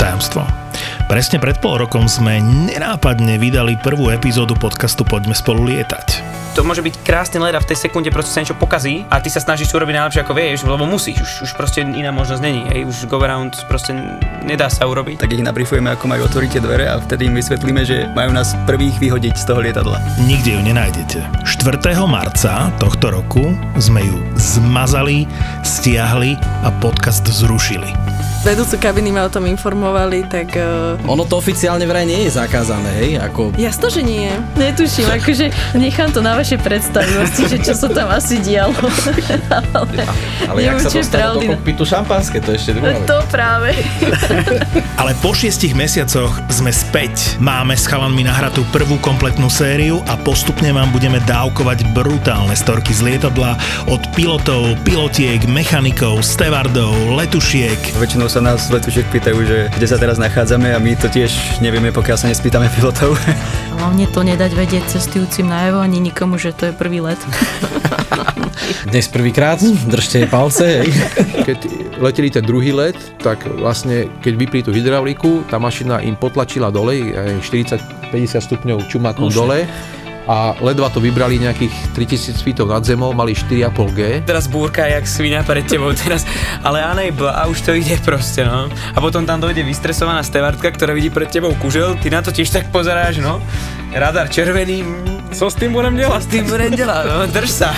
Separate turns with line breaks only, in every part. tajomstvo. Presne pred pol rokom sme nenápadne vydali prvú epizódu podcastu Poďme spolu lietať.
To môže byť krásny let a v tej sekunde proste sa niečo pokazí a ty sa snažíš urobiť najlepšie ako vieš, lebo musíš, už, už proste iná možnosť není, hej, už go around proste nedá sa urobiť.
Tak ich nabrifujeme, ako majú otvoriť tie dvere a vtedy im vysvetlíme, že majú nás prvých vyhodiť z toho lietadla.
Nikde ju nenájdete. 4. marca tohto roku sme ju zmazali, stiahli a podcast zrušili.
Vedúcu kabiny ma o tom informovali, tak... Uh...
Ono to oficiálne vraj nie je zakázané, hej? Ako...
Jasno, že nie. Netuším, akože nechám to na vašej predstavivosti, že čo sa tam asi dialo. ale
Ale jak sa dostalo do kokpitu šampanské, to je ešte druhá vec.
To práve.
Ale po šiestich mesiacoch sme späť. Máme s chalanmi nahratú prvú kompletnú sériu a postupne vám budeme dávkovať brutálne storky z lietadla od pilotov, pilotiek, mechanikov, stevardov, letušiek.
Väčšinou sa nás letušiek pýtajú, že kde sa teraz nachádzame a my to tiež nevieme, pokiaľ sa nespýtame pilotov.
Hlavne to nedať vedieť cestujúcim najevo ani nikomu, že to je prvý let.
Dnes prvýkrát, držte jej palce, hej?
Keď leteli ten druhý let, tak vlastne keď vypli tú hydrauliku, tá mašina im potlačila dole, eh, 40-50 stupňov čumakom dole a ledva to vybrali nejakých 3000 feetov nad zemou, mali 4,5 G.
Teraz búrka jak svina pred tebou teraz, ale a nejbl, a už to ide proste, no. A potom tam dojde vystresovaná stevardka, ktorá vidí pred tebou kužel, ty na to tiež tak pozeráš, no. Radar červený, mm, co s tým budem delať? S tým budem delať, no, drž sa.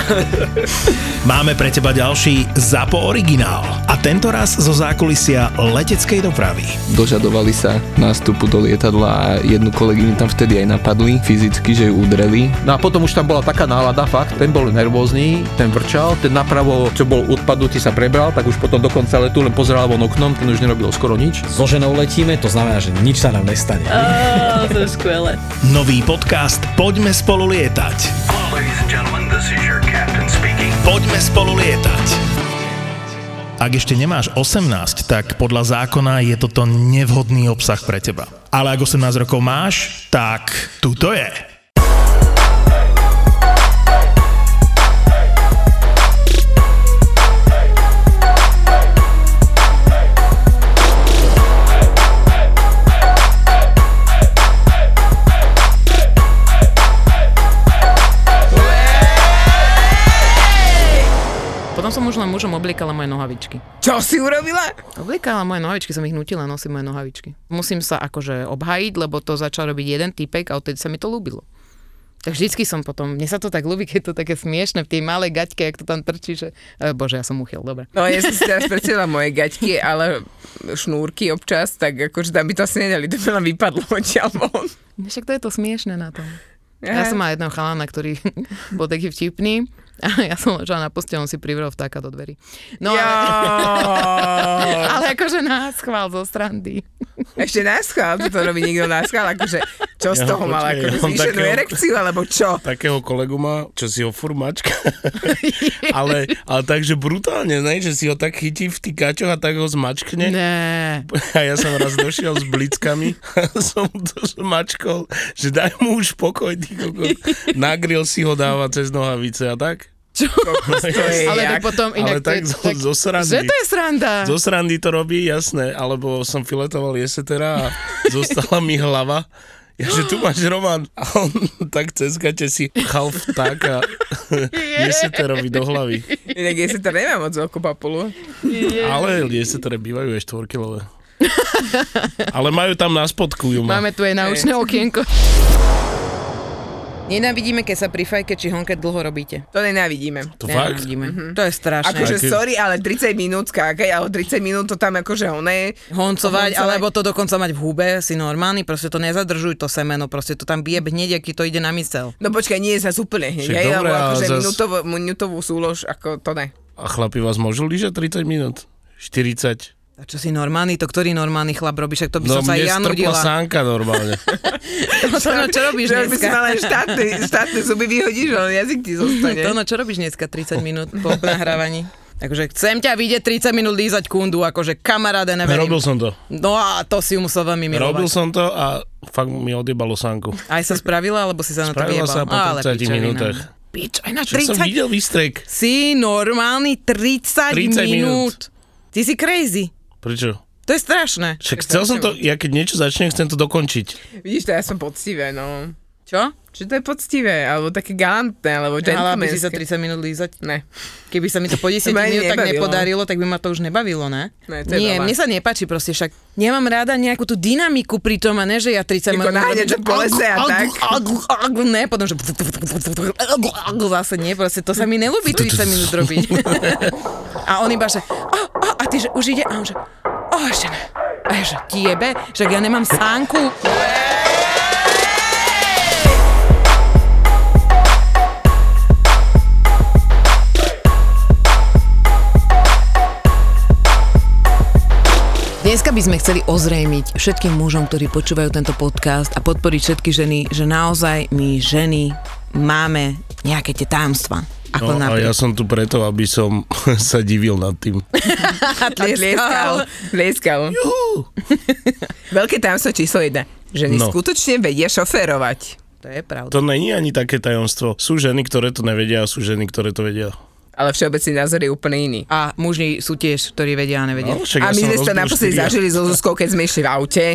Máme pre teba ďalší ZAPO originál. A tento raz zo zákulisia leteckej dopravy.
Dožadovali sa nástupu do lietadla a jednu kolegyňu tam vtedy aj napadli fyzicky, že ju udreli.
No a potom už tam bola taká nálada, fakt, ten bol nervózny, ten vrčal, ten napravo, čo bol odpadnutý, sa prebral, tak už potom do konca letu len pozeral von oknom, ten už nerobil skoro nič.
So ženou letíme, to znamená, že nič sa nám nestane.
Oh, to je skvelé.
Nový podcast Poďme spolu lietať.
Ladies and gentlemen, this is your captain speaking.
Poďme spolu lietať. Ak ešte nemáš 18, tak podľa zákona je toto nevhodný obsah pre teba. Ale ak 18 rokov máš, tak tuto je.
Potom som už len mužom obliekala moje nohavičky.
Čo si urobila?
Obliekala moje nohavičky, som ich nutila nosiť moje nohavičky. Musím sa akože obhajiť, lebo to začal robiť jeden typek a odtedy sa mi to ľúbilo. Tak vždycky som potom, mne sa to tak ľúbi, keď je to také smiešne v tej malej gaťke, jak to tam trčí, že... E, bože, ja som uchyl, dobre.
No ja som si teraz predstavila moje gaťky, ale šnúrky občas, tak akože tam by to asi nedali, to by len vypadlo odtiaľ von.
Však to je to smiešne na tom. Ja som mala jedného chalana, ktorý bol taký vtipný a ja som ležala na posteli, on si privrel vtáka do dverí. No ale, ale akože nás chvál zo strandy.
Ešte náschal, to robí niekto náschal, akože čo z
Ja,
toho mal,
počkaj,
akože
ja mám
zvýšenú
takého-
erekciu, alebo čo?
Takého kolegu má, čo si ho furt mačka. ale, ale takže brutálne, ne? že si ho tak chytí v tykačoch a tak ho zmačkne.
Ne.
A ja som raz došiel s blickami a som to mačkol, že daj mu už pokoj, ty kokos. Na grill si ho dáva cez nohavice a tak.
To je
Ale
jak...
to potom
ale
inak...
tak,
to je-
zo, zo srandy.
Že to je sranda.
Zo srandy to robí, jasné, alebo som filetoval jesetera a zostala mi hlava. Ja, že tu máš Roman. A on tak cez gate si chal vtáka jeseterovi do hlavy.
Inak ja si to nemám moc veľkú papulu.
Ale jesetere bývajú aj štvorkilové. Ale majú tam na spodku ju má.
Máme tu aj naučné okienko. Nenávidíme, keď sa pri fajke či honke dlho robíte.
To nenávidíme.
To fakt?
Mhm. To je strašné.
Akože
Aj keď-
sorry, ale 30 minút skákaj, ale 30 minút to tam akože oné.
Honcovať,
Honcovať.
alebo to dokonca mať v hube, si normálny, proste to nezadržuj to semeno, proste to tam bije hneď, aký to ide na mysel.
No počkaj, nie je zase úplne hneď,
Však
hej,
dobre,
lebo
ale
akože
zas-
minútovú, minútovú súlož, ako to ne.
A chlapi vás môžu lyžať 30 minút? 40.
A čo si normálny, to ktorý normálny chlap robí, však to by
No
som sa aj
mne
ja
strpla
nudila.
sánka normálne.
To, no, čo robíš
Že už by si
dneska?
mala aj štátne, štátne zuby vyhodíš, ale jazyk ti zostane.
To, no, čo robíš dneska 30 minút po nahrávaní? Takže chcem ťa vidieť 30 minút lízať kundu, akože kamaráde
Robil
neverím.
som to.
No a to si ju musel veľmi milovať.
Robil som to a fakt mi odjebalo sánku.
Aj sa spravila, alebo si sa na to
Spravila
vyjebal?
sa po
Ale
30
pičovina.
minútach.
Pič, aj na
Čo som
30?
videl výstrek.
Si normálny 30,
30 minút.
minút. Ty si crazy.
Prečo?
To je strašné.
Však chcel som to, ja keď niečo začnem, chcem to dokončiť.
Vidíš, to ja som poctivé, no. Čo? Čiže to je poctivé, alebo také galantné, alebo
Hala by si za 30
gentlemanské.
minút lízať?
Ne.
Keby sa mi to po 10
To ma ani
minút tak
nebavilo.
nepodarilo, tak by ma to už nebavilo, ne?
Ne, to je
Nie,
veľa.
mne sa nepáči proste, však nemám rada nejakú tú dynamiku pri tom a ne, že ja 30
Ako
minút...
náhneč po lese a tak.
Ne, potom, že... Zase nie, proste to sa mi nelúbi 30 minút robiť. A on iba, že... "A, a, A ty, že už ide? A on, že... O, ešte ne. A ja, že tiebe? Že ja nemám sánku? Dneska by sme chceli ozrejmiť všetkým mužom, ktorí počúvajú tento podcast a podporiť všetky ženy, že naozaj my ženy máme nejaké tie tajomstvá. Ako
No, a ja som tu preto, aby som sa divil nad tým.
Tlieskal. Tlieskal. Veľké tajomstvo číslo jedna. Ženy
No.
skutočne vedia šoférovať.
To je pravda.
To není ani také tajomstvo. Sú ženy, ktoré to nevedia a sú ženy, ktoré to vedia.
Ale všeobecný názor je úplne iný.
A muži sú tiež, ktorí vedia a nevedia.
No, však
a
ja
my
som
sme to
rozbil
naposledy
štyria.
zažili so Zuzkou, keď sme išli v aute.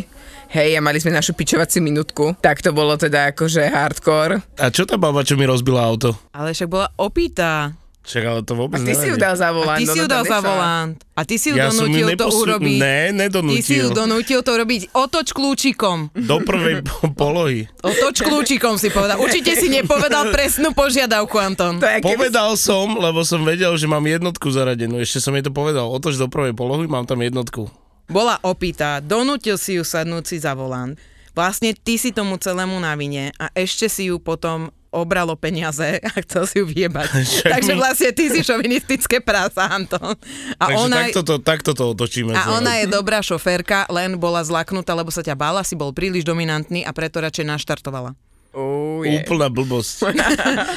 Hej, a mali sme našu pičovaciu minútku. Tak to bolo teda akože hardcore.
A čo tá baba, čo mi rozbila auto?
Ale však bola opýta.
Čak, ale to vôbec
A ty si ju
nevadí.
dal
A
za volant.
ty si
ona
ju
tam
dal za
nešla.
volant. A ty si ju
Ja som ju
donútil to
neposu-
urobiť.
Ne,
Ty si ju
nedonútil.
donútil to robiť. Otoč kľúčikom.
Do prvej po- polohy.
Otoč kľúčikom si povedal. Určite si nepovedal presnú požiadavku, Anton.
To je, keby...
Povedal som, lebo som vedel, že mám jednotku zaradenú. Ešte som jej to povedal. Otoč do prvej polohy, mám tam jednotku.
Bola opýta, donútil si ju sadnúť si za volant. Vlastne ty si tomu celému na vine a ešte si ju potom obralo peniaze a chcel si ju vyjebať.
Však
Takže
mi-
vlastne ty si šovinistické prása, Anton. A
Takže
ona,
takto, to, takto to otočíme.
a ona je dobrá šoférka, len bola zlaknutá, lebo sa ťa bála, si bol príliš dominantný a preto radšej naštartovala.
Oh, yeah.
Úplná blbosť.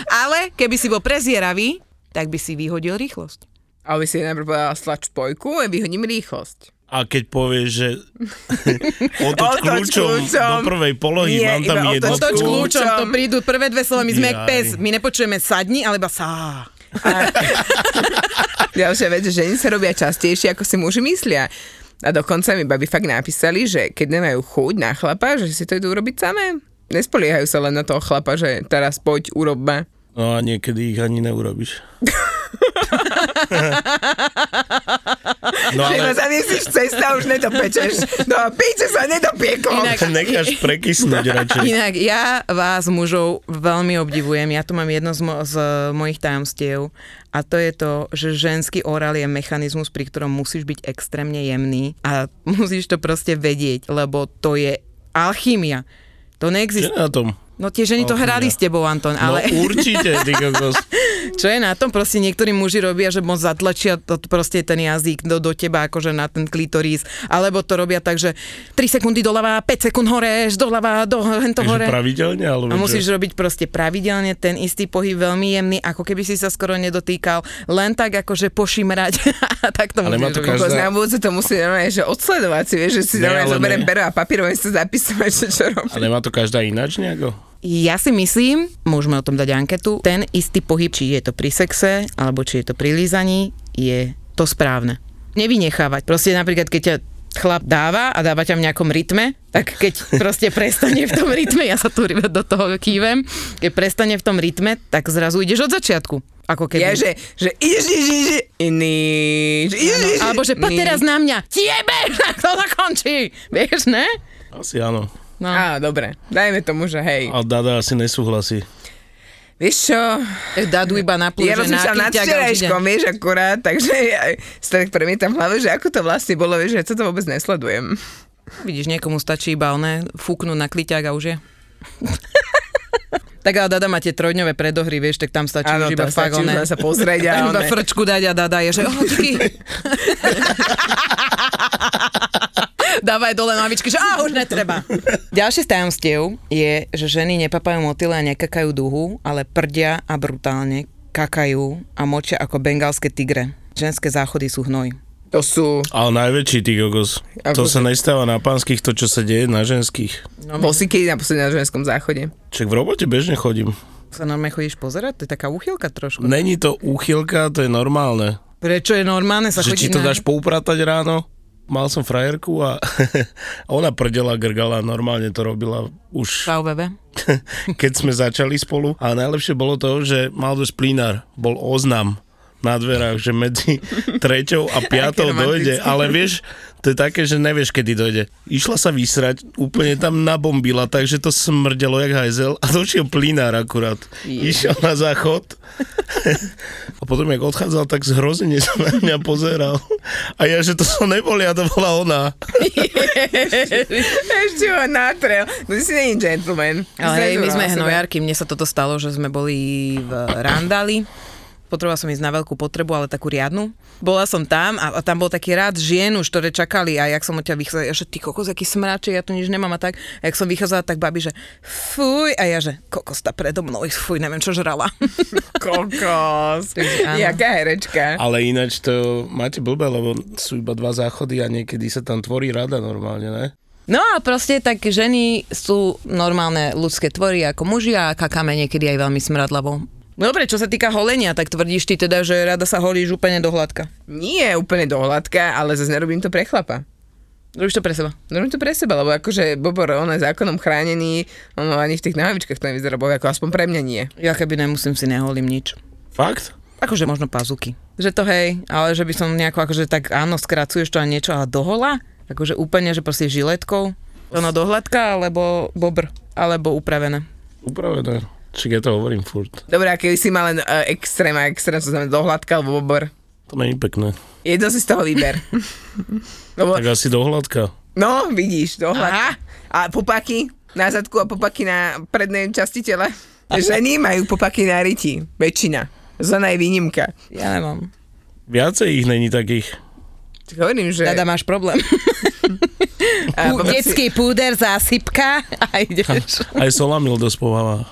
Ale keby si bol prezieravý, tak by si vyhodil rýchlosť.
Ale by si jej najprv povedala stlač spojku a vyhodím rýchlosť.
A keď povieš, že otoč
Otoč
kľúčom do
kľúčom.
prvej polohy,
Nie,
mám tam
iba
jednotku.
Otoč kľúčom, to prídu prvé dve slova, my sme jak
Jaj.
pes, my nepočujeme sadni, ale iba sá.
Ďalšia vec, že ženy sa robia častejšie, ako si muži myslia. A dokonca mi baby fakt napísali, že keď nemajú chuť na chlapa, že si to idú urobiť samé. Nespoliehajú sa len na toho chlapa, že teraz poď, urobme.
No a niekedy ich ani neurobiš. no
Ale... Že ma
No ale
zaniesieš cesta, už nedopečeš. No a píče sa nedopieklo.
Inak-
necháš prekysnúť radšej.
Inak ja vás mužov veľmi obdivujem. Ja tu mám jedno z, mo- z e, mojich tajomstiev a to je to, že ženský orál je mechanizmus, pri ktorom musíš byť extrémne jemný a musíš to proste vedieť, lebo to je alchymia. To
Čo
neexistuje.
na tom?
No tie ženy to
Alchymia.
hrali s tebou, Anton,
No
ale...
určite, ty kokos.
Čo je E, na tom? Proste niektorí muži robia, že moc zatlačia to, proste ten jazyk do, do teba, akože na ten klitoris, alebo to robia tak, že 3 sekundy doľava, 5 sekúnd hore, až doľava, do hento
Takže
hore.
pravidelne, alebo
A
čo?
musíš robiť proste pravidelne ten istý pohyb, veľmi jemný, ako keby si sa skoro nedotýkal, len tak akože pošimrať. A tak to
Ale má to
musíš robiť.
každá-
Na budúce to musí normálne, že odsledovať si, vieš, že si
Ne,
normálne
ale
zoberiem
ne.
pero a papier, budem si to zapisovať, že čo robím.
Ale má to každá ináč nejako?
Ja si myslím, môžeme o tom dať anketu, ten istý pohyb, či je to pri sexe, alebo či je to pri lízaní, je to správne. Nevynechávať. Proste napríklad, keď ťa chlap dáva a dáva ťa v nejakom rytme, tak keď proste prestane v tom rytme, ja sa tu do toho kývem, keď prestane v tom rytme, tak zrazu ideš od začiatku. Ako keby.
Ja, že, že ideš, ideš, ideš, iný, že ideš, ideš,
Alebo že poď
iný.
teraz na mňa, tiebe, tak to zakončí. Vieš, ne?
Asi áno.
No.
Á, dobre, dajme tomu, že hej.
A Dada asi nesúhlasí.
Vieš čo,
Tak Dadu iba na plúže,
ja rozmýšľam nad včerajškom, vieš, akurát, takže ja sa tak premietam v hlave, že ako to vlastne bolo, vieš, že ja to vôbec nesledujem.
Vidíš, niekomu stačí iba oné, fúknú na kliťák a už je. tak ale Dada má tie trojdňové predohry, vieš, tak tam stačí
Áno,
už iba
tam
fakt
stačí už
oné.
len sa pozrieť a
Tam iba
oné.
frčku dať a Dada je, že oh, díky. Dávaj dole nohavičky, že á, už netreba. Ďalšie z tajomstiev je, že ženy nepapajú motyle a nekakajú duhu, ale prdia a brutálne kakajú a močia ako bengalské tigre. Ženské záchody sú hnoj.
To sú
Ale najväčší, ty kokos. To
Ako
sa nestáva na pánskych, to, čo sa deje na ženských.
bol si kedy naposledy No, na ženskom záchode.
Čak v robote bežne chodím.
Sa normálne chodíš pozerať? To je taká úchylka trošku.
Není to úchylka, to je normálne.
Prečo je normálne sa
Že
chodiť
ti to
na...
dáš poupratať ráno, mal som frajerku a, a ona prdela, grgala, normálne to robila už...
VVV.
keď sme začali spolu. A najlepšie bolo to, že mal dosť plínár, bol oznam na dverách, že medzi treťou a piatou
romantické.
dojde, ale vieš, to je také, že nevieš, kedy dojde. Išla sa vysrať, úplne tam nabombila, takže to smrdelo jak hajzel a došiel plínár akurát. Išiel na záchod a potom, jak odchádzal, tak zhrozene sa na mňa pozeral. A ja, že to som nebol, ja to bola ona.
Ešte ho natrel. No si není gentleman.
Ale hej, my sme
Zrazu
hnojarky, mne sa toto stalo, že sme boli v Randali. Potrebovala som ísť na veľkú potrebu, ale takú riadnu. Bola som tam a, a tam bol taký rád žien už, ktoré čakali a jak som od ťa vychádzala, ja, že ty kokos, aký smráček, ja tu nič nemám a tak. A jak som vychádzala, tak babi, že fuj a ja, že kokos tá predo mnou, fuj, neviem čo žrala.
Kokos. Jaká herečka.
Ale ináč to máte blbé, lebo sú iba dva záchody a niekedy sa tam tvorí rada normálne, ne?
No a proste tak ženy sú normálne ľudské tvory ako muži a kakáme niekedy aj veľmi smradlavo. No Dobre, čo sa týka holenia, tak tvrdíš ty teda, že rada sa holíš úplne do hladka.
Nie úplne do hladka, ale zase nerobím to pre chlapa.
Robíš to pre seba?
Robím to pre seba, lebo akože Bobor, on je zákonom chránený, on ani v tých návičkách to nevyzerá, bo ako aspoň pre mňa nie.
Ja keby nemusím si neholím nič.
Fakt?
Akože možno pazuky. Že to hej, ale že by som nejako akože tak áno, skracuješ to a niečo, ale dohola? Akože úplne, že proste žiletkou. Ono dohľadka, alebo bobr, alebo upravené.
Upravené. Či ja to hovorím furt.
Dobre, a keby si mal len uh, extrém a extrém, to znamená dohľadka alebo Bobor.
To není pekné.
Jedno si z toho vyber. Lebo,
Tak asi dohľadka.
no, vidíš, dohľadka. A popaky na zadku a popaky na prednej časti tela. Ženy majú popaky na ryti, väčšina. Zona je výnimka.
Ja nemám.
Viacej ich není takých.
Tak hovorím, že...
Dada, máš problém. Pú, detský púder, zásypka a ideš.
Aj solamil dosť pomáha.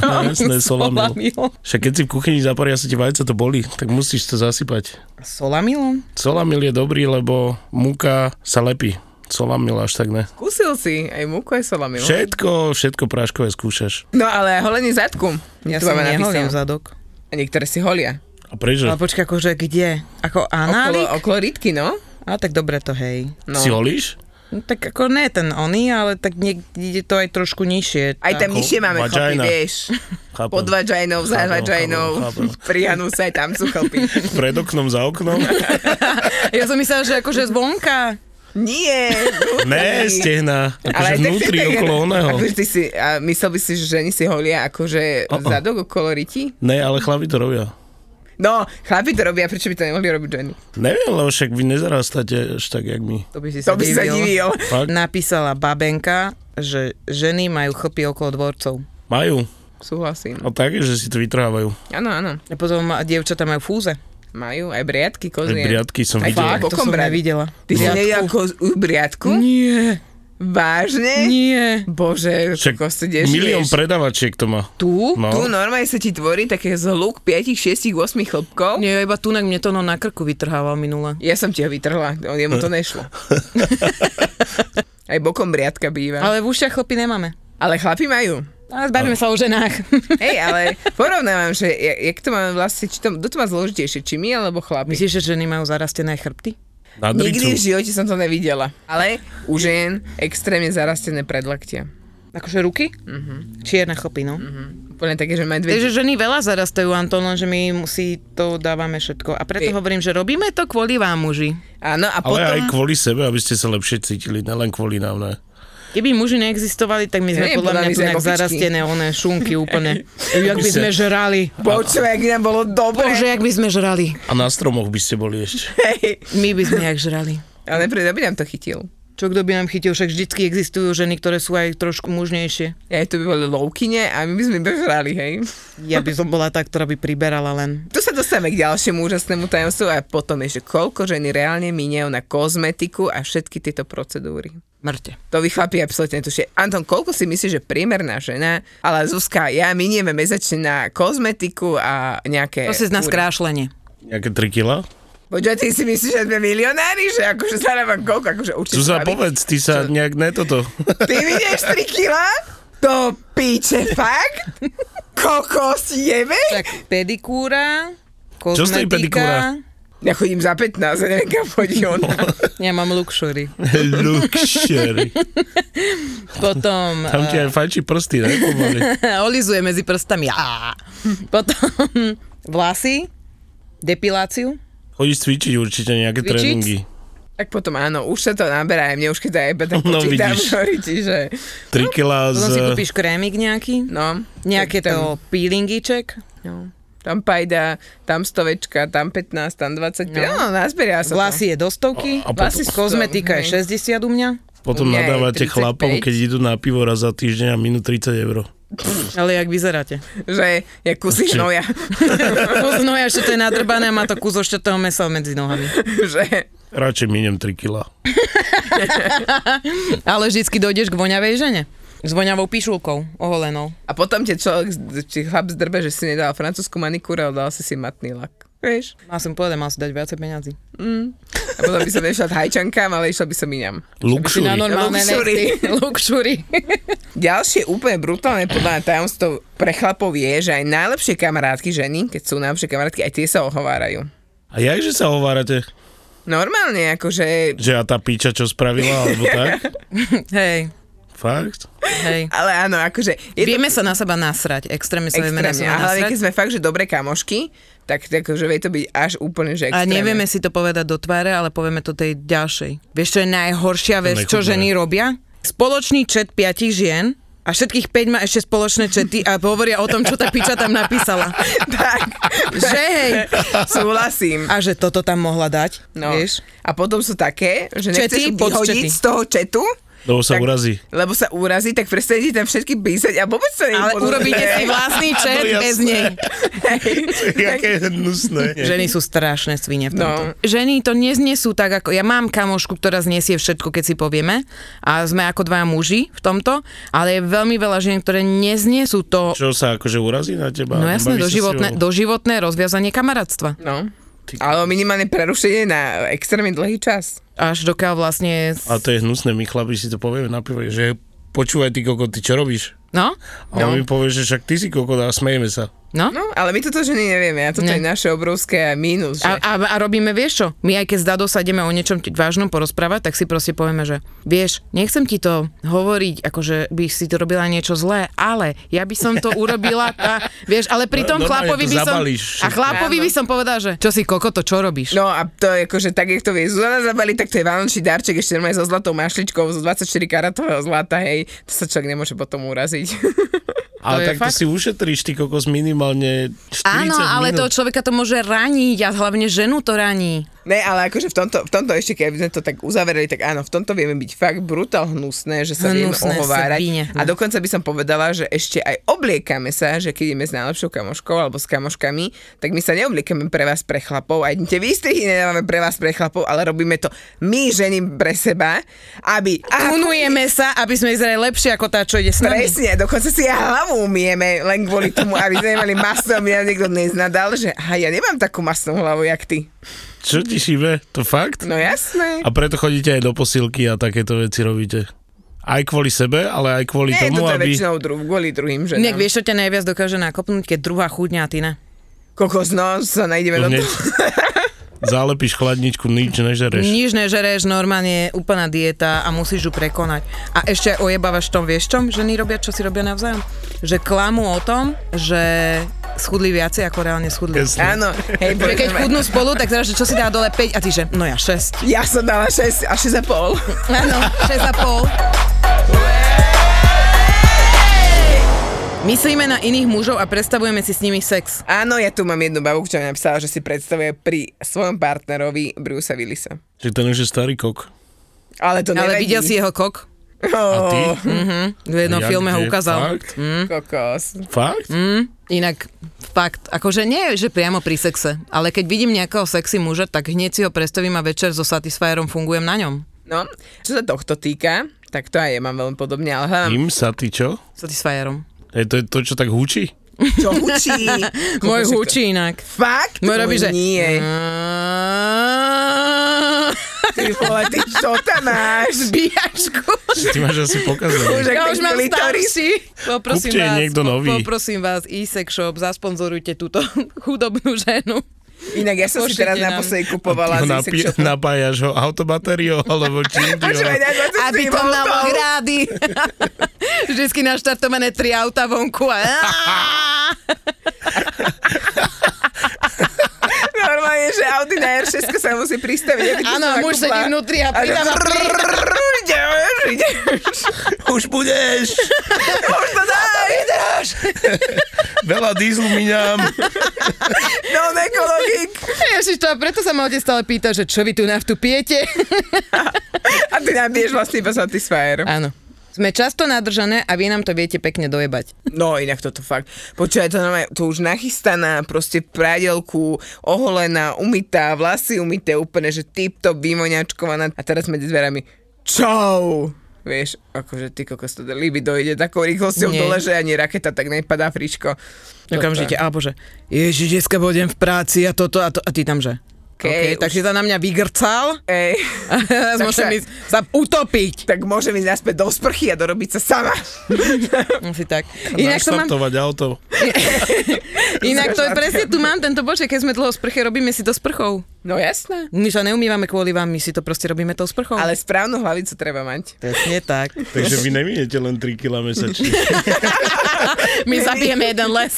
Aha, jasné, solamil. Však keď si v kuchyni zaparia sa ti vajca, to boli, tak musíš to zasypať.
Solamilom?
Solamil je dobrý, lebo múka sa lepí. Solamil až tak ne.
Kúsil si aj múku, aj solamilu.
Všetko, všetko práškové skúšaš.
No ale holenie zadku.
Ja
Tu
si
máme
neholím
napísané.
zadok.
A niektoré si holia.
A prečo?
Ale počkaj, akože kde? Ako análik?
Okolo, okolo rytky, no.
A tak dobre to, hej.
No.
Si holíš?
No, tak ako ne ten oný, ale tak niekde ide to aj trošku nižšie.
Aj tam
Ako-
nižšie máme chlpy,
vagina.
vieš.
Chápem.
Pod vaginou, za
Chápem,
vaginou,
chápem,
pri hanuse, aj tam sú chlpy.
Pred oknom, za oknom?
Ja som myslela, že akože zvonka.
Nie.
Ne, stehna. Akože vnútri, okolo oného.
Akože ty si, a myslel by si, že ženy si holia akože
O-o.
zadok okolo ryti?
Ne, ale chlapi to robia.
No, chlapi to robia, prečo by to nemohli robiť ženy?
Neviem, lebo však vy nezarastáte až tak, jak my.
To by si
To by si sa divil.
Fakt?
Napísala babenka, že ženy majú chlpy okolo dvorcov.
Majú.
Súhlasím.
A také, že si to vytrhávajú.
Áno, áno.
A potom a dievčatá majú fúze.
Majú aj briadky, kozie.
Aj briadky som
aj
videl.
Fakt, to som
nevidela.
Ty si nevidel ako u briadku?
Nie.
Vážne?
Nie.
Bože,
Však
ako ste dešli.
Milión predavačiek to má.
Tu?
No.
Tu normálne sa ti tvorí také zhluk 5, 6, 8 chlpkov.
Nie, iba tunak mne to no na krku vytrhával minule.
Ja som ti ho vytrhla, on- jemu to nešlo. Aj bokom briadka býva. Ale,
Ale v ušiach chlpy nemáme.
ale chlapi majú.
A zbavíme sa o ženách.
Hej, ale porovnávam, že ja- jak to máme vlastne, či to, kto to má zložitejšie, či my alebo chlapi.
Myslíš, že ženy majú zarastené chrbty?
Na
Nikdy v
dricu.
živote som to nevidela. Ale u žien extrémne zarastené predlaktia.
Akože ruky? Čierne chlpy, no.
Úplne také, že medvedí.
Takže ženy veľa zarastajú, Anton, lenže my si to dávame všetko. A preto
Ty-
hovorím, že robíme to kvôli vám, muži.
Áno, a
Ale aj
potom...
kvôli sebe, aby ste sa lepšie cítili, nelen kvôli nám, ne?
Keby muži neexistovali, tak my sme
Neviem,
podľa
podľa
mňa
mňa
tu
sme
nejak
bobičky.
zarastené oné šunky úplne. jak by
sa-
sme žrali.
Počúvaj, ak nám bolo dobre.
Bože, jak by sme žrali.
A na stromoch by ste boli ešte.
Hej.
My by sme jak žrali.
Ale pre by nám to chytil.
Čo kto by nám chytil, však vždycky existujú ženy, ktoré sú aj trošku mužnejšie.
Ja, to by boli loukine a my by sme bežrali, hej.
Ja by som bola tá, ktorá by priberala len.
Tu sa dostaneme k ďalšiemu úžasnému tajomstvu a potom je, že koľko ženy reálne minie na kozmetiku a všetky tieto procedúry.
Mŕte.
To vy chlapi absolútne tušie. Anton, koľko si myslíš, že priemerná žena, ale Zuzka, ja minieme mesačne na kozmetiku a nejaké...
To si z nás
úry.
krášlenie.
Nejaké 3 kila?
Počúvaj, ty si myslíš, že sme milionári, že akože zarábam koľko, akože určite...
Zuzá,
chlapi.
povedz, ty sa nejak ne toto.
Ty minieš 3 kila? To píče, fakt? Kokos jebe?
Tak pedikúra, kozmetika.
Čo stojí pedikúra?
Ja chodím za 15, ja neviem, kam chodí ona.
No.
Ja mám luxury.
Luxury.
Potom... eh,
Tam ti aj fajčí prsty, ne? Pomaly.
Olizuje medzi prstami. Á. Potom vlasy, depiláciu.
Chodíš cvičiť určite nejaké
Cvičiť?
tréningy.
Tak potom áno, už sa to naberá aj mne, už keď aj iba tak
No,
počítam,
vidíš.
hovorí ti, že...
Tri kila z...
Potom si kúpiš krémik nejaký.
No.
Nejaké
Tak
to peelingiček.
No. Tam pajda, tam stovečka, tam 15, tam 25, no, no nazberia sa
Vlasy je do stovky,
A- a potom-
vlasy z kozmetika je 60 u mňa.
Potom
Nie,
nadávate
35.
chlapom, keď idú na pivo raz za týždeň a minú 30 eur.
Ale jak vyzeráte?
Že jak kusy
Určite. hnoja.
Kus hnoja, že to je nadrbané a má to kus ošťatého mesa medzi nohami.
Že?
Radšej miniem 3 kila.
Ale vždycky dojdeš k voňavej žene. S voňavou pišulkou, oholenou.
A potom te človek, z- či chlap zdrbe, že si nedal francúzsku manikúru, ale dal si si matný lak. Vieš?
Mal som povedať, mal si dať viacej peňazí.
Mm. A potom by som nešla thajčankám, ale išla by som iňam.
Luxury. Na normálne
Luxury.
nechty. Luxury.
Ďalšie úplne brutálne podľa mňa tajomstvo pre chlapov je, že aj najlepšie kamarátky ženy, keď sú najlepšie kamarátky, aj tie sa ohovárajú.
A jakže sa hovárate?
Normálne, akože...
Že a tá píča čo spravila, alebo tak?
Hej,
Fakt?
hej.
Ale áno, akože...
Vieme sa na seba nasrať, extrémne sa vieme na
Extrémne.
seba
A hlavne,
nasrať.
keď sme fakt, že dobré kamošky, tak, tak akože vie to byť až úplne,
A
že extrémne.
nevieme si to povedať do tváre, ale povieme to tej ďalšej. Vieš, čo je najhoršia vec, čo
nechutné.
ženy robia? Spoločný čet piatich žien a všetkých 5 má ešte spoločné čety a hovoria o tom, čo tá piča tam napísala.
tak.
Že hej.
Súhlasím.
A že toto tam mohla dať,
No.
vieš?
A potom sú také, že
Čety,
nechceš ju vyhodiť
podčety.
z toho četu,
Lebo sa urazí.
lebo sa urazí, tak prestane ti tam všetky písať a vôbec sa
Ale urobíte si vlastný čet
No,
bez
jasné.
nej.
Jaké hnusné.
Ženy sú strašné svine v tomto.
No.
Ženy to neznesú tak ako... Ja mám kamošku, ktorá znesie všetko, keď si povieme. A sme ako dva muži v tomto. Ale je veľmi veľa žien, ktoré neznesú to...
Čo sa akože urazí na teba?
No jasné,
Bavíš sa s
doživotné,
ňou?
doživotné rozviazanie kamarátstva.
No. Ale minimálne prerušenie na extrémne dlhý čas.
Až dokiaľ vlastne...
A to je hnusné, my chlapi si to povieme na pivo, že počúvaj ty kokot, ty čo robíš?
No?
A on mi povie, že však ty si kokot a smejeme sa.
No?
no, ale my toto ženy nevieme a toto
Ne.
je naše obrovské mínus. Že...
A, a, a robíme, vieš čo? My aj keď s Dadou sa ideme o niečom t- vážnom porozprávať, tak si proste povieme, že vieš, nechcem ti to hovoriť, akože by si to robila niečo zlé, ale ja by som to urobila, a, vieš, ale pri tom
No, normálne
chlapovi
to
by som...
zabalíš
A
všetko.
chlapovi by som povedal, že čo si koko, to čo robíš?
No a to je akože tak, jak to vie Zuzana zabali, tak to je vánočný darček ešte normálne so zlatou mašličkou, zo 24 karatového zlata, hej, to sa človek nemôže potom uraziť.
Ale
je
tak to
fakt.
si ušetríš ty kokos minimálne 40
Áno, ale
minút.
toho človeka to môže raniť a hlavne ženu to raní.
Ne, ale akože v tomto, v tomto ešte, keď sme to tak uzavereli, tak áno, v tomto vieme byť fakt brutál hnusné, že sa vieme
Hnusné,
ohovárať.
sebíne.
A dokonca by som povedala, že ešte aj obliekame sa, že keď ideme s najlepšou kamoškou alebo s kamoškami, tak my sa neobliekame pre vás pre chlapov, aj tie výstrihy nedávame pre vás pre chlapov, ale robíme to my ženy pre seba, aby... Aha,
Tunujeme sa, aby sme vyzerali lepšie ako tá, čo ide s nami.
Presne, dokonca si ja hlavu umieme, len kvôli tomu, aby sme nemali masnú, aby nám niekto neznadal, že aha, ja nemám takú masnú hlavu, jak ty.
Čo ti šibe? To fakt?
No jasné.
A preto chodíte aj do posilky a takéto veci robíte. Aj kvôli sebe, ale aj kvôli
Nie,
tomu,
toto je
aby...
väčšinou dru- kvôli druhým ženám.
Nek vieš, čo ťa najviac dokáže nakopnúť, keď druhá chudňa a ty ne.
Kokos, no, sa najdeme do
Hneď
toho.
Zálepíš chladničku, nič nežereš.
Nič nežereš, normálne je úplná dieta a musíš ju prekonať. A ešte aj ojebávaš v tom, vieš čom? Ženy robia, čo si robia navzájom? Že klamú o tom, že schudli viacej, ako reálne schudli.
Áno, hej,
Že keď chudnú spolu, tak teraz, že čo si dá dole 5 a ty, že no ja 6.
Ja som dala 6 a 6,5.
Áno, 6,5. Myslíme na iných mužov a predstavujeme si s nimi sex.
Áno, ja tu mám jednu babu, ktorá mi napísala, že si predstavuje pri svojom partnerovi Brucea Willisa.
Že ten už je starý kok.
Ale to
Ale
nevadí. Oh,
videl si jeho kok?
A
ty?
Mhm, v jednom
Jak
filme ho
kde?
ukázal.
Fakt?
Mm.
Kokos.
Fakt?
Mm, inak fakt, akože nie, že priamo pri sexe, ale keď vidím nejakého sexy muža, tak hneď si ho predstavím a večer so Satisfyerom fungujem na ňom.
No, čo sa tohto týka, tak to aj ja mám veľmi podobne, ale hľadám,
Im sa ty čo?
Satisfyerom.
Je to, to čo tak hučí?
čo hučí.
Môj
Kokos, jak to-
hučí inak.
Fakt?
Môj robí, že...
Nie. Ty vole, ty čo tam máš?
Zbíjačku.
Ty máš asi pokazané.
Už ak
Ja
ten
už mám
klitoris.
starší. Poprosím
Kúpte jej
vás,
niekto nový.
poprosím vás, e-sex shop, zasponzorujte túto chudobnú ženu.
Inak ja som si
Pošlite
teraz
nám.
naposledy kupovala z
Napi-
Insect Shopu.
napájaš ho autobatériou alebo čím ty ho-
Aby
to malo grády. Vždycky naštartované tri auta vonku a...
Normálne, že Audi na R6 sa musí pristaviť. aby to
Áno,
znova
muž
kúpla.
sedí vnútri a
že
pridáva
brrrr, ide už, ide už.
Už budeš!
Už to daj! Vydrž!
Veľa dízlu miňam.
Non ekologik!
Ježiš, to a preto sa ma otec stále pýta, že čo vy tu naftu pijete?
A ty nabiješ vlastne iba Satisfyer.
Áno. Sme často nadržané a vy nám to viete pekne dojebať.
No inak toto fakt. Počúvaj, to, normálne, to už nachystaná, proste v prádelku, oholená, umytá, vlasy umyté úplne, že tip-top vymoňačkovaná. A teraz medzi dverami, čau! Vieš, akože ty kokos to líby dojde takou rýchlosťou
Nie.
dole, že ani raketa tak nepadá fričko.
Okamžite, a bože, ježiš, dneska budem v práci a toto a to, a ty tam že?
Okej,
OK, tak si sa na mňa vygrcal
Ej.
a
Tak
môžem
sa-
ísť sa utopiť.
Tak môžem ísť naspäť do sprchy a dorobiť sa sama.
Asi tak. Inak to mám,
Naštartovať auto.
inak to je presne, tu mám tento bože, keď sme dlho v sprche, robíme si to sprchou.
No jasné.
My sa neumývame kvôli vám, my si to proste robíme tou sprchou.
Ale správnu hlavicu treba mať.
Presne tak.
Takže vy neminete len 3 kg mesačne.
My zabijeme jeden les.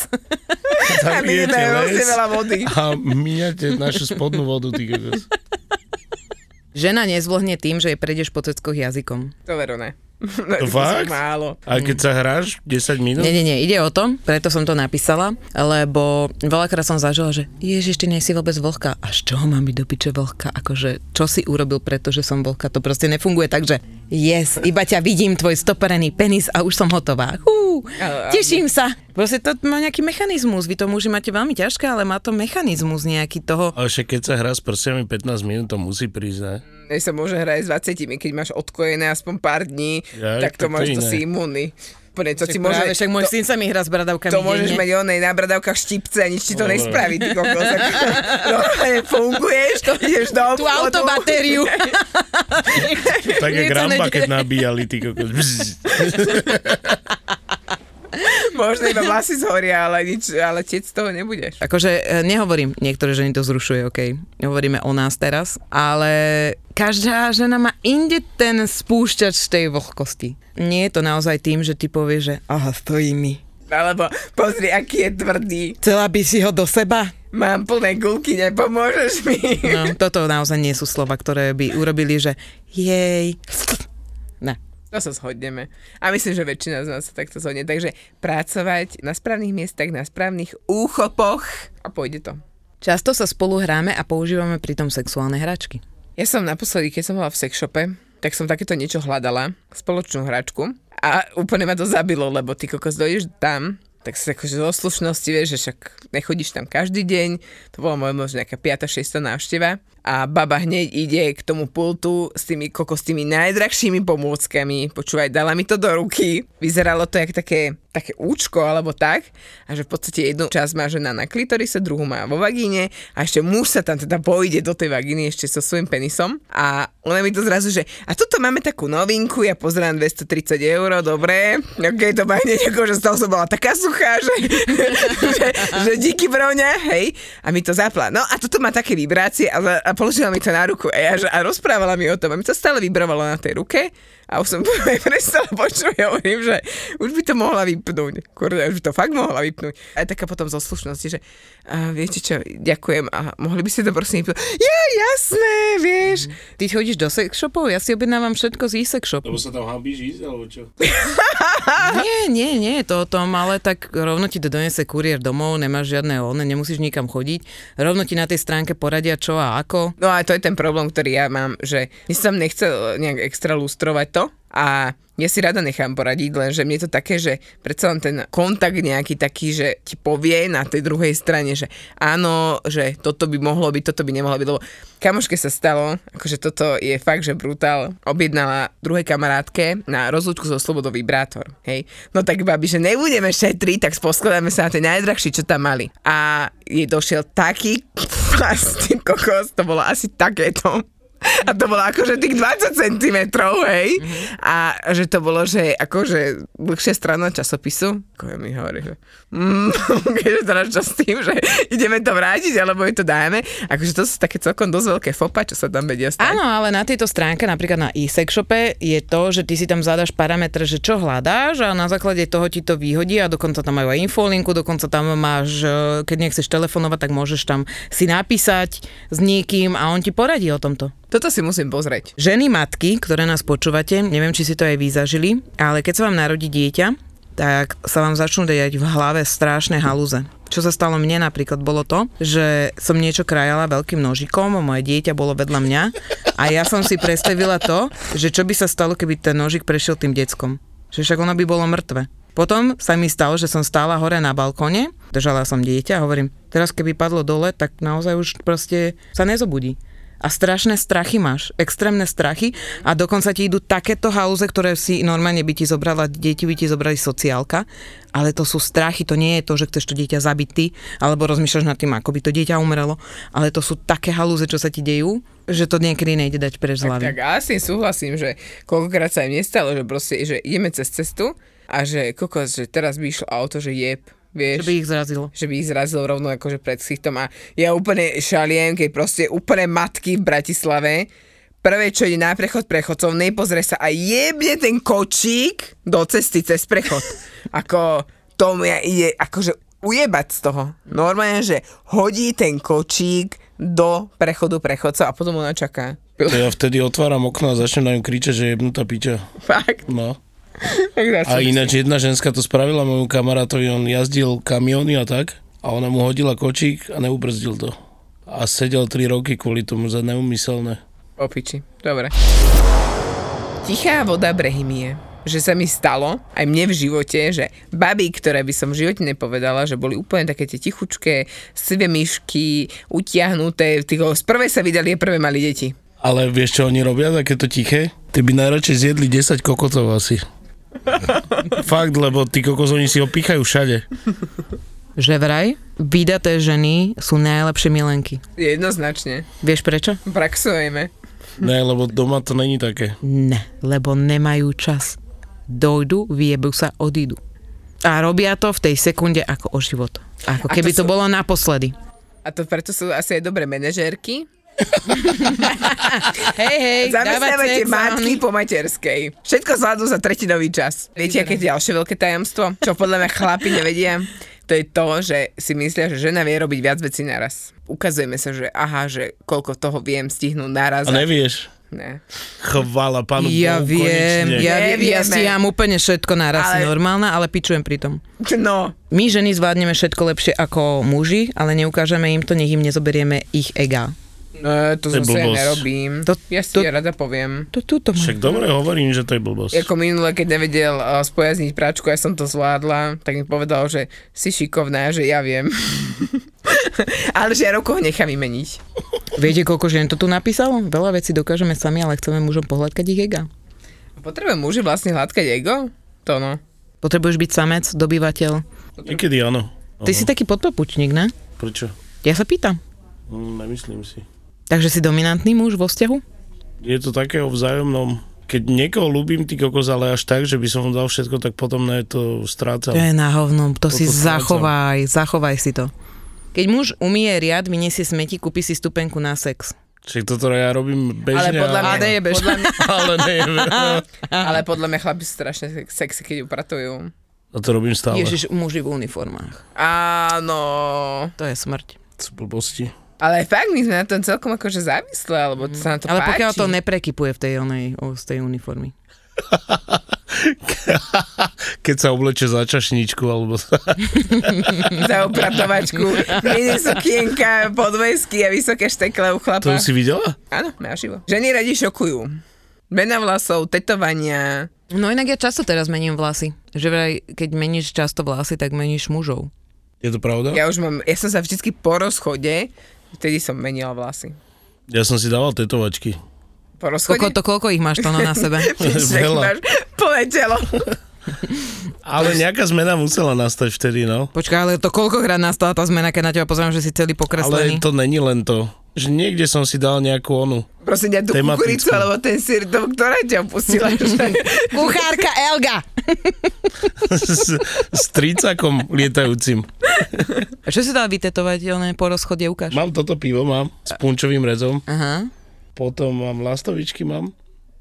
Zabijete
nedajú
les
hrozne veľa vody.
A míňate našu spodnú vodu. Ty kokos.
Žena nezvlhne tým, že jej prejdeš po ceckoch jazykom.
To veru ne.
To fakt?
Málo.
A keď sa hráš 10 minút?
Nie, nie, nie, ide o to, preto som to napísala, lebo veľakrát som zažila, že ježiš, ty nie si vôbec vlhká. A z čoho mám byť do piče vlhká? Akože, čo si urobil, pretože som vlhká? To proste nefunguje tak, že yes, iba ťa vidím, tvoj stoperený penis a už som hotová. Hú, teším sa. Proste to má nejaký mechanizmus. Vy to muži máte veľmi ťažké, ale má to mechanizmus nejaký toho.
Ale však keď sa hrá s prsiami 15 minút, to musí prísť, ne?
Ne sa môže hrať s 20, keď máš odkojené aspoň pár dní,
Ja,
tak
tak to
to máš
je
to
iné.
si imunný. Úplne, to
Však
ti môže,
práve, však môj
to,
syn sa mi hrá s bradavkami.
to môžeš
denne.
mať onej na bradavkách štipce a nič ti to
Ale-
nespraví, ty kokos. Normálne funguješ, ideš do
Tú autobatériu.
Tak jak
Nie, to
Ramba,
nejde.
keď nabíjali, ty kokos. Bzz.
Možno iba vlasy zhoria, ale, nič, ale tec z toho nebudeš.
Akože e, nehovorím, niektoré ženy to zrušuje, OK. Hovoríme o nás teraz, ale každá žena má inde ten spúšťač tej vlhkosti. Nie je to naozaj tým, že ty povieš, že aha, stojí mi.
Alebo pozri, aký je tvrdý.
Chcela by si ho do seba?
Mám plné gulky, nepomôžeš mi.
No, toto naozaj nie sú slova, ktoré by urobili, že jej. Ne.
To sa zhodneme. A myslím, že väčšina z nás sa takto zhodne. Takže pracovať na správnych miestach, na správnych úchopoch a pôjde to.
Často sa spolu hráme a používame pritom sexuálne hračky.
Ja som naposledy, keď som bola v sexshope, tak som takéto niečo hľadala, spoločnú hračku a úplne ma to zabilo, lebo ty kokos dojdeš tam, tak si akože zo slušnosti vieš, že však nechodíš tam každý deň, to bola moja možno nejaká 5. 6. návšteva a baba hneď ide k tomu pultu s tými kokos tými najdrahšími pomôckami, počúvaj, dala mi to do ruky, vyzeralo to jak také, také účko alebo tak a že v podstate jednu časť má žena na klitorise, druhú má vo vagíne a ešte muž sa tam teda pojde do tej vagíny ešte so svojím penisom a ona mi to zrazu, že a tuto máme takú novinku, ja pozerám 230 eur, dobre, ok, to ma hneď ako, že z toho som bola taká suchá, že, že, že díky broňa, hej, a mi to zapla. No a toto má také vibrácie a, za- a položila mi to na ruku a, ja, že, a rozprávala mi o tom a mi to stále vibrovalo na tej ruke a už som prestala počuť, ja hovorím, že už by to mohla vypnúť, kurva, už by to fakt mohla vypnúť. A taká potom zo slušnosti, že a viete čo, ďakujem a mohli by ste to prosím vypnúť. Ja, jasné, vieš.
Ty chodíš do sex shopov? Ja si objednávam všetko z e-sex shopu.
Lebo sa tam hambíš ísť, alebo čo?
Nie, nie, nie je to o tom, ale tak rovno ti to donese kuriér domov, nemáš žiadne one, nemusíš nikam chodiť. Rovno ti na tej stránke poradia čo a ako.
No a to je ten problém, ktorý ja mám, že ja som nechcel eh, nejak extra lustrovať to a ja si rada nechám poradiť, lenže mne je to také, že predsa len ten kontakt nejaký taký, že ti povie na tej druhej strane, že áno, že toto by mohlo byť, toto by nemohlo byť, lebo kamoške sa stalo, akože toto je fakt, že brutál, objednala druhej kamarátke na rozlúčku so Slobodou vibrátor, hej. No tak babi, že nebudeme šetriť, tak poskladáme sa na tie najdrahšie, čo tam mali. A jej došiel taký vlastný kokos, to bolo asi takéto. A to bolo akože tých 20 cm, hej. A že to bolo, že akože dlhšia strana časopisu. Ako mi hovorí, že mm, keďže teraz čo s tým, že ideme to vrátiť, alebo ju to dáme. Akože to sú také celkom dosť veľké fopa, čo sa tam vedia stať.
Áno, ale na tejto stránke, napríklad na e-sexshope, je to, že ty si tam zadaš parametre, že čo hľadáš a na základe toho ti to vyhodí a dokonca tam majú aj infolinku, dokonca tam máš, eh, keď nechceš telefonovať, tak môžeš tam si napísať s niekým a on ti poradí o tomto.
Toto si musím pozrieť.
Ženy matky, ktoré nás počúvate, neviem, či si to aj vy zažili, ale keď sa vám narodí dieťa, tak sa vám začnú dejať v hlave strašné halúze. Čo sa stalo mne napríklad bolo to, že som niečo krajala veľkým nožikom, moje dieťa bolo vedľa mňa a ja som si predstavila to, že čo by sa stalo, keby ten nožik prešiel tým deckom. Že však ono by bolo mŕtve. Potom sa mi stalo, že som stála hore na balkóne, držala som dieťa a hovorím, teraz keby padlo dole, tak naozaj už proste sa nezobudí. A strašné strachy máš, extrémne strachy a dokonca ti idú takéto halúze, ktoré si normálne by ti zobrala, deti by ti zobrali sociálka, ale to sú strachy, to nie je to, že chceš to dieťa zabiť ty, alebo rozmýšľaš nad tým, ako by to dieťa umrelo, ale to sú také halúze, čo sa ti dejú, že to niekedy nejde dať preč z hlavy.
Tak a asi súhlasím, že koľkokrát sa im nestalo, že proste, že ideme cez cestu a že kokos, že teraz by išlo auto, že jeb, vieš.
Že by ich zrazilo.
Že by ich zrazilo rovno akože pred ksichtom a ja úplne šaliem, keď proste úplne matky v Bratislave, prvé čo ide na prechod prechodcov, nepozrie sa a jebne ten kočík do cesty cez prechod. Ako tomu ja ide akože ujebať z toho. Normálne, že hodí ten kočík do prechodu prechodcov a potom ona čaká.
To ja vtedy otváram okno a začnem na ňu kričať, že je jebnutá piča.
Fakt.
No. A ináč jedna ženská to spravila môjmu kamarátovi, on jazdil kamiony a tak a ona mu hodila kočík a neubrzdil to. A sedel 3 roky kvôli tomu za neumyselné.
O piči, dobre. Tichá voda Brehymie že sa mi stalo, aj mne v živote, že baby, ktoré by som v živote nepovedala, že boli úplne také tie tichučké, sivé myšky, utiahnuté, týko, z prvé sa vydali a prvé mali deti.
Ale vieš, čo oni robia takéto tiché? Ty by najradšej zjedli 10 kokotov asi. Fakt, lebo tí kokos, oni si ho pýchajú všade.
Že vraj, vydaté ženy sú najlepšie milenky.
Jednoznačne.
Vieš prečo?
Praxujeme.
Ne, lebo doma to není také.
Ne, lebo nemajú čas. Dojdu, vyjebú sa, odídu. A robia to v tej sekunde ako o život. Ako
A to
keby to,
sú-
bolo naposledy.
A to preto sú asi aj dobré manažérky.
hej, hej, dávať
Zamestnávate
sex,
matky po materskej. Všetko zvládnu za tretinový čas. Viete, aké je ďalšie veľké tajomstvo? Čo podľa mňa chlapi nevedia? To je to, že si myslia, že žena vie robiť viac vecí naraz. Ukazujeme sa, že aha, že koľko toho viem stihnúť naraz.
A nevieš?
Ne.
Chvála pánu
ja
Bohu,
viem,
No, konečne.
ja viem, ja
Nevieme.
stíham úplne všetko naraz, ale...
Ale-
normálna, ale pičujem pri tom.
No,
My ženy zvládneme všetko lepšie ako muži, ale neukážeme im to, nech im nezoberieme ich ega.
no to,
To je
zase ja
blbosť.
nerobím.
To-
ja si
to-
rada poviem.
To tuto
Však dobre hovorím, že to je blbosť.
Ako minule, keď nevedel uh, spojazniť práčku, ja som to zvládla, tak mi povedal, že si šikovná, že ja viem. Ale že ja rokov nechám vymeniť.
Viete, koľko žien to tu napísalo? Veľa vecí dokážeme sami, ale chceme mužom pohľadkať ich ega.
Potrebujem muži vlastne hladkať ego? To no.
Potrebuješ byť samec, dobyvateľ.
Niekedy áno.
Ty si taký podpapučník, ne?
Prečo?
Ja sa pýtam.
Hm, nemyslím si.
Takže si dominantný muž vo vzťahu?
Je to také o vzájomnom... Keď niekoho ľúbim, ty kokos, ale až tak, že by som mu dal všetko, tak potom na to strácal.
To je na hovno, to,
Toto
si
strácam.
zachovaj, zachovaj si to. Keď muž umie riad, vyniesie smeti, kúpi si stupenku na sex.
Čiže toto ja robím bežne.
mňa-
ale-
nejebeš.
Podľa mňa,
Ale nejebeš.
ale podľa mňa chlapi sú strašne sex- sexy, keď upratujú.
A to robím stále.
Ježiš, muži v uniformách.
Áno.
To je smrť.
Sú blbosti.
Ale fakt, my sme na tom celkom akože závislé, alebo to sa na to
Ale
páči.
pokiaľ to neprekypuje v tej onej, o, z tej uniformy.
Keď sa obleče za čašničku, alebo...
Za upratovačku. Mini sukienka, podvesky a vysoké štekle u
to
chlapa.
už si videla?
Áno, naživo. Ženy radi šokujú. Mena vlasov, tetovania.
No inak ja často teraz mením vlasy. Že vraj, keď meníš často vlasy, tak meníš mužov.
Je to pravda? Ja,
Ja už mám, ja som sa vždycky po rozchode, vtedy som menila vlasy.
ja som si dával tetovačky.
Po rozchode?
Koľko, to, koľko ich máš to no, na sebe?
Veľa.
Veľa. Plné telo.
Ale nejaká zmena musela nastať vtedy, no.
Počkaj, ale to koľkokrát nastala tá zmena, keď na teba pozerám, že si celý
Ale
pokreslený.
to není len to. že niekde som si dal nejakú onu.
Prosím ťa, tú
Tematickú.
kukuricu, alebo ten sír, to, ktorá ťa pustila? že-
Kuchárka Elga!
s, s tricakom lietajúcim.
A čo si dal vytetovať, oné po rozchode, ukáž?
Mám toto pivo, mám, s punčovým rezom.
Aha.
Potom mám lastovičky, mám.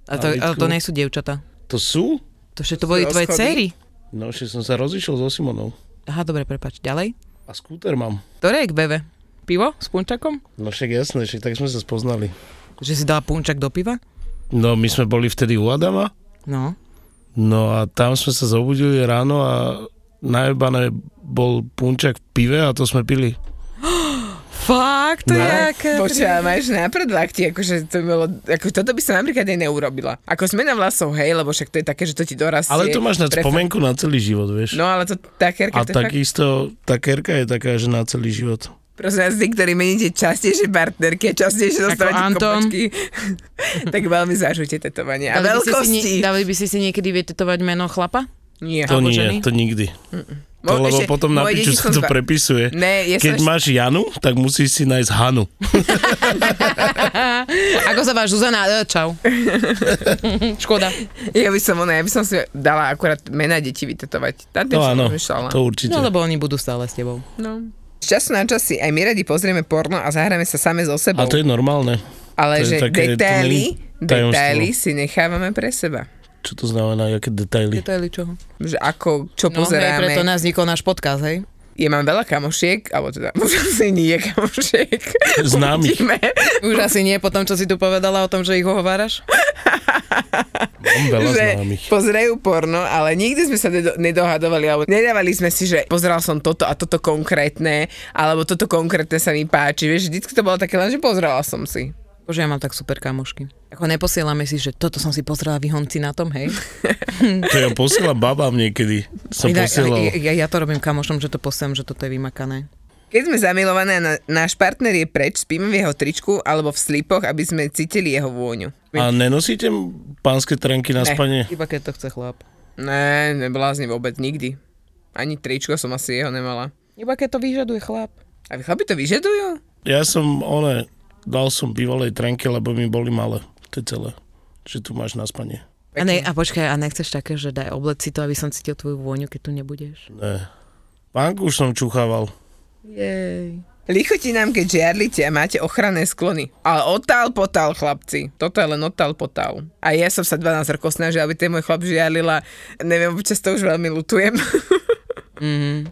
A to, ale
Nabídku.
to nie sú dievčatá.
To sú?
To všetko boli tvoje
Rozchody?
céry.
No, že som sa rozišiel so Simonou.
Aha, dobre, prepač. Ďalej?
A skúter mám.
Ktoré je k bebe? Pivo s punčakom?
No však jasné, však tak sme sa spoznali.
Že si dala punčak do piva?
No, my sme boli vtedy u Adama.
No.
No a tam sme sa zobudili ráno a najebané bol punčak v pive a to sme pili.
Fakt,
to
No.
je aké... Počúva, máš na predlakti, akože to bolo, ako toto by som napríklad aj neurobila. Ako zmena vlasov, hej, lebo však to je také, že to ti dorastie.
Ale to máš na
Prefer-
spomenku na celý život, vieš.
No ale to
a
takerka, to je fakt...
takisto, tá kerka je taká, že na celý život.
Prosím vás, tí, ktorí meníte častejšie partnerky a častejšie dostávate
Anton.
kopačky, tak veľmi zažujte tetovanie. A
by ste si, nie-
veľkosti.
dali by si si niekedy vytetovať meno chlapa?
Nie.
to nie, to nikdy. To,
Mo-
lebo
ešte-
potom na
moje
piču
deti
sa
som
to
zba-
prepisuje.
Ne, ja som
Keď
ešte-
máš Janu, tak musíš si nájsť Hanu.
Ako sa váš Zuzana? E, Čau. Škoda.
Ja by som, ona, ja by som si dala akurát mena detí vytetovať. Tam tým
No
som
áno,
rozmýšľala.
to určite.
No lebo oni budú stále s tebou.
No. Z času na čas si aj my radi pozrieme porno a zahráme sa same so
A
sebou.
to je normálne.
Ale
to je
že
také- to není
detaily,
tajomstvo.
detaily si nechávame pre seba.
Čo to znamená, aké detaily?
Detaily čoho?
Že ako, čo
No, hej,
pozeráme.
preto nás vznikol náš podcast, hej?
Ja mám veľa kamošiek, alebo teda, možno si nie kamošiek.
Známy.
Uvidíme.
Už asi nie po tom, čo si tu povedala o tom, že ich ohováraš.
Mám veľa
že
známych.
pozerajú porno, ale nikdy sme sa nedo- nedohadovali, alebo nedávali sme si, že pozeral som toto a toto konkrétne, alebo toto konkrétne sa mi páči. Vieš, vždycky to bolo také len, že pozerala som si.
Bože, ja mám tak super kamošky. Ako neposielame si, že toto som si pozrela v honci na tom, hej?
To ja posielam babám niekedy. Som
Inak,
posielal.
ja, ja, ja, to robím kamošom, že to posielam, že toto je vymakané.
Keď sme zamilované a na, náš partner je preč, spíme v jeho tričku alebo v slipoch, aby sme cítili jeho vôňu.
A nenosíte pánske trenky na
Ne.
spanie?
Iba keď to chce chlap.
Ne, neblázni vôbec nikdy. Ani tričko som asi jeho nemala.
Iba keď to vyžaduje chlap.
A vy chlapi to vyžadujú?
Ja som, one, dal som bývalej trenke, lebo mi boli malé. To je celé. Že tu máš na spanie.
A, ne, a počkaj, a nechceš také, že daj oblec si to, aby som cítil tvoju vôňu, keď tu nebudeš?
Ne. Pánku už som čuchával.
Jej.
Lichotí nám, keď žiarlite a máte ochranné sklony. Ale otál potál, chlapci. Toto je len otál potál. A ja som sa 12 rokov snažila, aby ten môj chlap žiarlila. Neviem, občas to už veľmi lutujem.
Mm.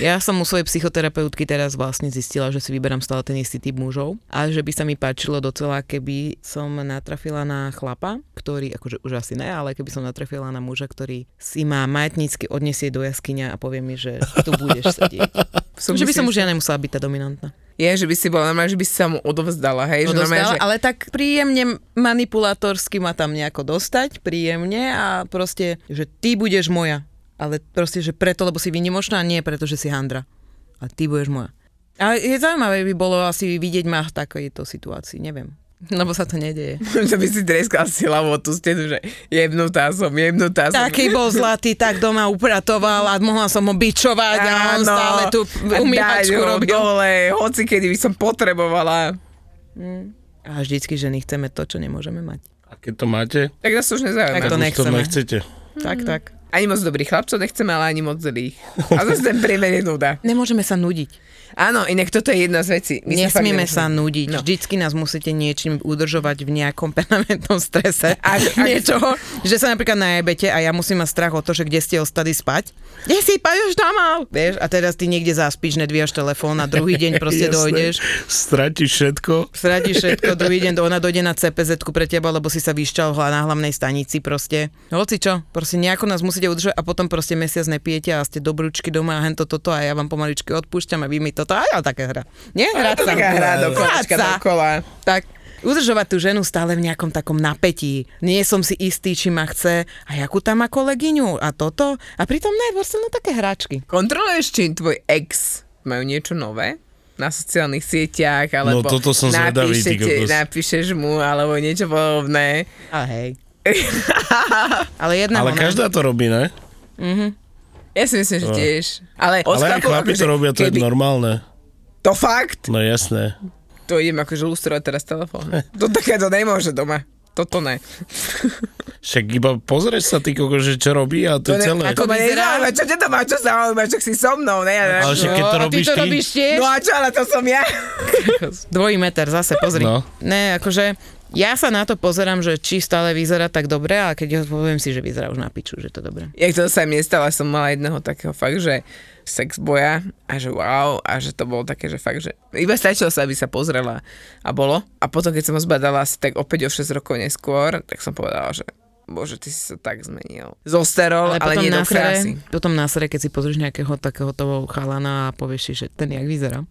Ja som u svojej psychoterapeutky teraz vlastne zistila, že si vyberám stále ten istý typ mužov a že by sa mi páčilo docela, keby som natrafila na chlapa, ktorý, akože už asi ne, ale keby som natrafila na muža, ktorý si ma majetnícky odniesie do jaskyňa a povie mi, že tu budeš sedieť.
Som
že by
si
som už
istá.
ja nemusela byť tá dominantná.
Je, že by si bola normálne, že by si sa mu odovzdala, hej? že
Odovzdala,
normálne, že...
No ale tak príjemne manipulátorsky ma tam nejako dostať, príjemne a proste, že ty budeš moja. Ale proste, že preto, lebo si vynimočná, nie preto, že si handra. A ty budeš moja. A je zaujímavé by bolo asi vidieť ma v takejto situácii, neviem. Lebo sa to nedeje.
že by si treskal si hlavu o tú stenu, že jebnutá som, jebnutá som.
Taký bol zlatý, tak doma upratoval a mohla som ho bičovať a on
Áno.
stále tu
A daj
umývačku
ho
robil.
dole, hoci kedy by som potrebovala.
A vždycky ženy chceme to, čo nemôžeme mať.
A keď to máte,
Tak nás to už nezaujíma.
Tak to
už to
nechceme.
nechcete.
Tak,
Mm.
tak.
Ani moc dobrých chlapcov nechceme, ale ani moc zlých. A zase ten priemer je nuda.
Nemôžeme sa nudiť.
Áno, inak toto je jedna z vecí. My sa fakt
Nesmieme
nemôžeme-
sa nudiť. No.
No.
Vždycky nás musíte niečím udržovať v nejakom permanentnom strese.
Ak- ak-
Niečoho, že sa napríklad najebete a ja musím mať strach o to, že kde ste ostali spať. Kde si paješ domal? Vieš, a teraz ty niekde zaspíš, nedvíjaš telefón a druhý deň proste
Jasné.
dojdeš.
Stratíš všetko.
Sradíš všetko, druhý deň ona dojde na cpz pre teba, lebo si sa vyšťal hla- na hlavnej stanici proste. Hoci čo, proste nejako nás musíte udržať a potom proste mesiac nepijete a ste dobrúčky doma a hento toto a ja vám pomaličky odpúšťam a vy mi toto a ja také hra. Nie?
A
Hrať
to
sa.
taká hra do
Hrať
kolečka
sa.
dokola.
Tak udržovať tú ženu stále v nejakom takom napätí. Nie som si istý, či ma chce a jakú tam má kolegyňu a toto. A pritom ne, proste no také hračky.
Kontroluješ, či tvoj ex majú niečo nové? na sociálnych sieťach,
No,
alebo
toto som zvedavý, ty
napíšete,
kokos.
napíšeš mu, alebo niečo podobné.
A hej. Ale jedna
Ale každá to robí, ne?
Mhm.
Ja si myslím, že
No.
tiež. Ale, od
Ale aj
chlapov,
chlapi to
akože
robia, to je
keby-
normálne.
To fakt?
No jasné.
To idem akože lustrovať teraz telefón.
Eh.
To takéto nemôže doma. Toto ne.
Však iba pozrieš sa ty koko, že čo robí a to, je
ne,
celé.
Ako ma nezaujíma, čo ťa to má, čo zaujíma, však si so mnou, ne?
Ale však keď to
No, a
robíš ty?
tiež? No a čo, ale to som ja.
Dvojí meter zase, pozri.
No.
Ne, akože ja sa na to pozerám, že či stále vyzerá tak dobre, a keď ho poviem si, že vyzerá už na piču, že to dobre.
Jak to sa mi nestalo, som mala jedného takého fakt, že sex boja a že wow, a že to bolo také, že fakt, že iba stačilo sa, aby sa pozrela a bolo. A potom, keď som ho zbadala asi tak opäť o 6 rokov neskôr, tak som povedala, že bože, ty si sa tak zmenil. Zosterol, ale, ale nie do
nasere-
krásy.
Potom násere, keď si pozrieš nejakého takého toho chalana a povieš si, že ten jak vyzerá.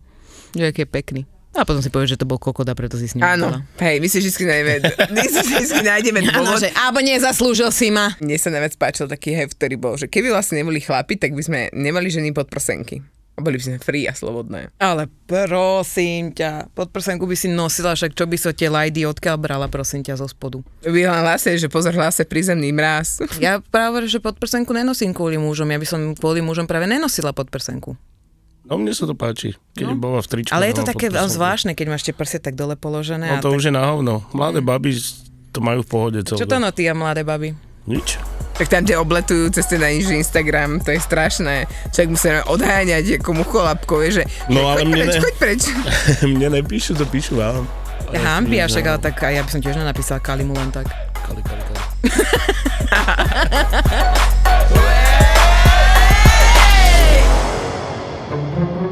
Že aký je pekný. A potom si povieš, že to bol kokoda, preto si s ním
Áno,
bola.
hej, my si vždy nájdeme, my si vždy nájdeme
Áno,
dôvod.
že alebo nezaslúžil si ma.
Mne sa najviac páčil taký hej, ktorý bol, že keby vlastne neboli chlapi, tak by sme nemali ženy pod prsenky. A boli by sme free a slobodné.
Ale prosím ťa, podprsenku by si nosila, však čo by so tie lajdy odkiaľ brala, prosím ťa, zo spodu.
Vy len hlase, že pozor hlase prízemný mraz.
Ja práve, že podprsenku nenosím kvôli mužom, ja by som kvôli mužom práve nenosila podprsenku.
No mne sa to páči, keď no. bola v tričku.
Ale je to
nemám
také
podprsenku.
zvláštne, keď máš tie prsie tak dole položené.
No
a
to
tak...
už je na hovno. Mladé baby to majú v pohode celé.
Čo to no ty a mladé baby?
Nič.
Tak tam ťa obletujú cez ten najnižší Instagram, to je strašné. Človek musí len odháňať ako mucholapkov, je, že
No,
že
ale
choď
mne
preč,
ne.
choď preč.
Mne nepíšu, to píšu vám.
Hampi, a však ale tak a ja by som tiež nenapísala Kalimu len tak.
Kali, kali, kali.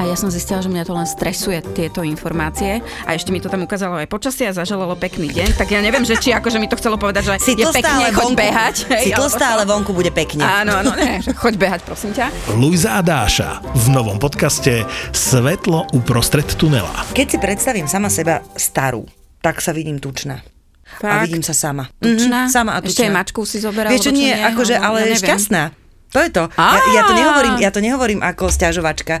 A ja som zistila, že mňa to len stresuje tieto informácie. A ešte mi to tam ukázalo aj počasie a zaželalo pekný deň. Tak ja neviem, že či akože mi to chcelo povedať, že
Si
je
to
pekne,
stále
choď
vonku,
behať. hej,
si to
alebo čo?
stále vonku bude pekne.
Áno, áno, ne, že choď behať, prosím ťa.
Luisa a Dáša v novom podcaste Svetlo uprostred tunela.
Keď si predstavím sama seba starú, tak sa vidím tučná. A
Fakt?
vidím sa sama.
Tučná?
Mhm, sama a
Ešte
tučná.
aj mačku si zoberala?
Vieš čo,
alebo
nie,
nie?
akože,
Alebo ja
ale
neviem.
šťastná. To je to. Ja, ja, to nehovorím, ja to nehovorím ako sťažovačka.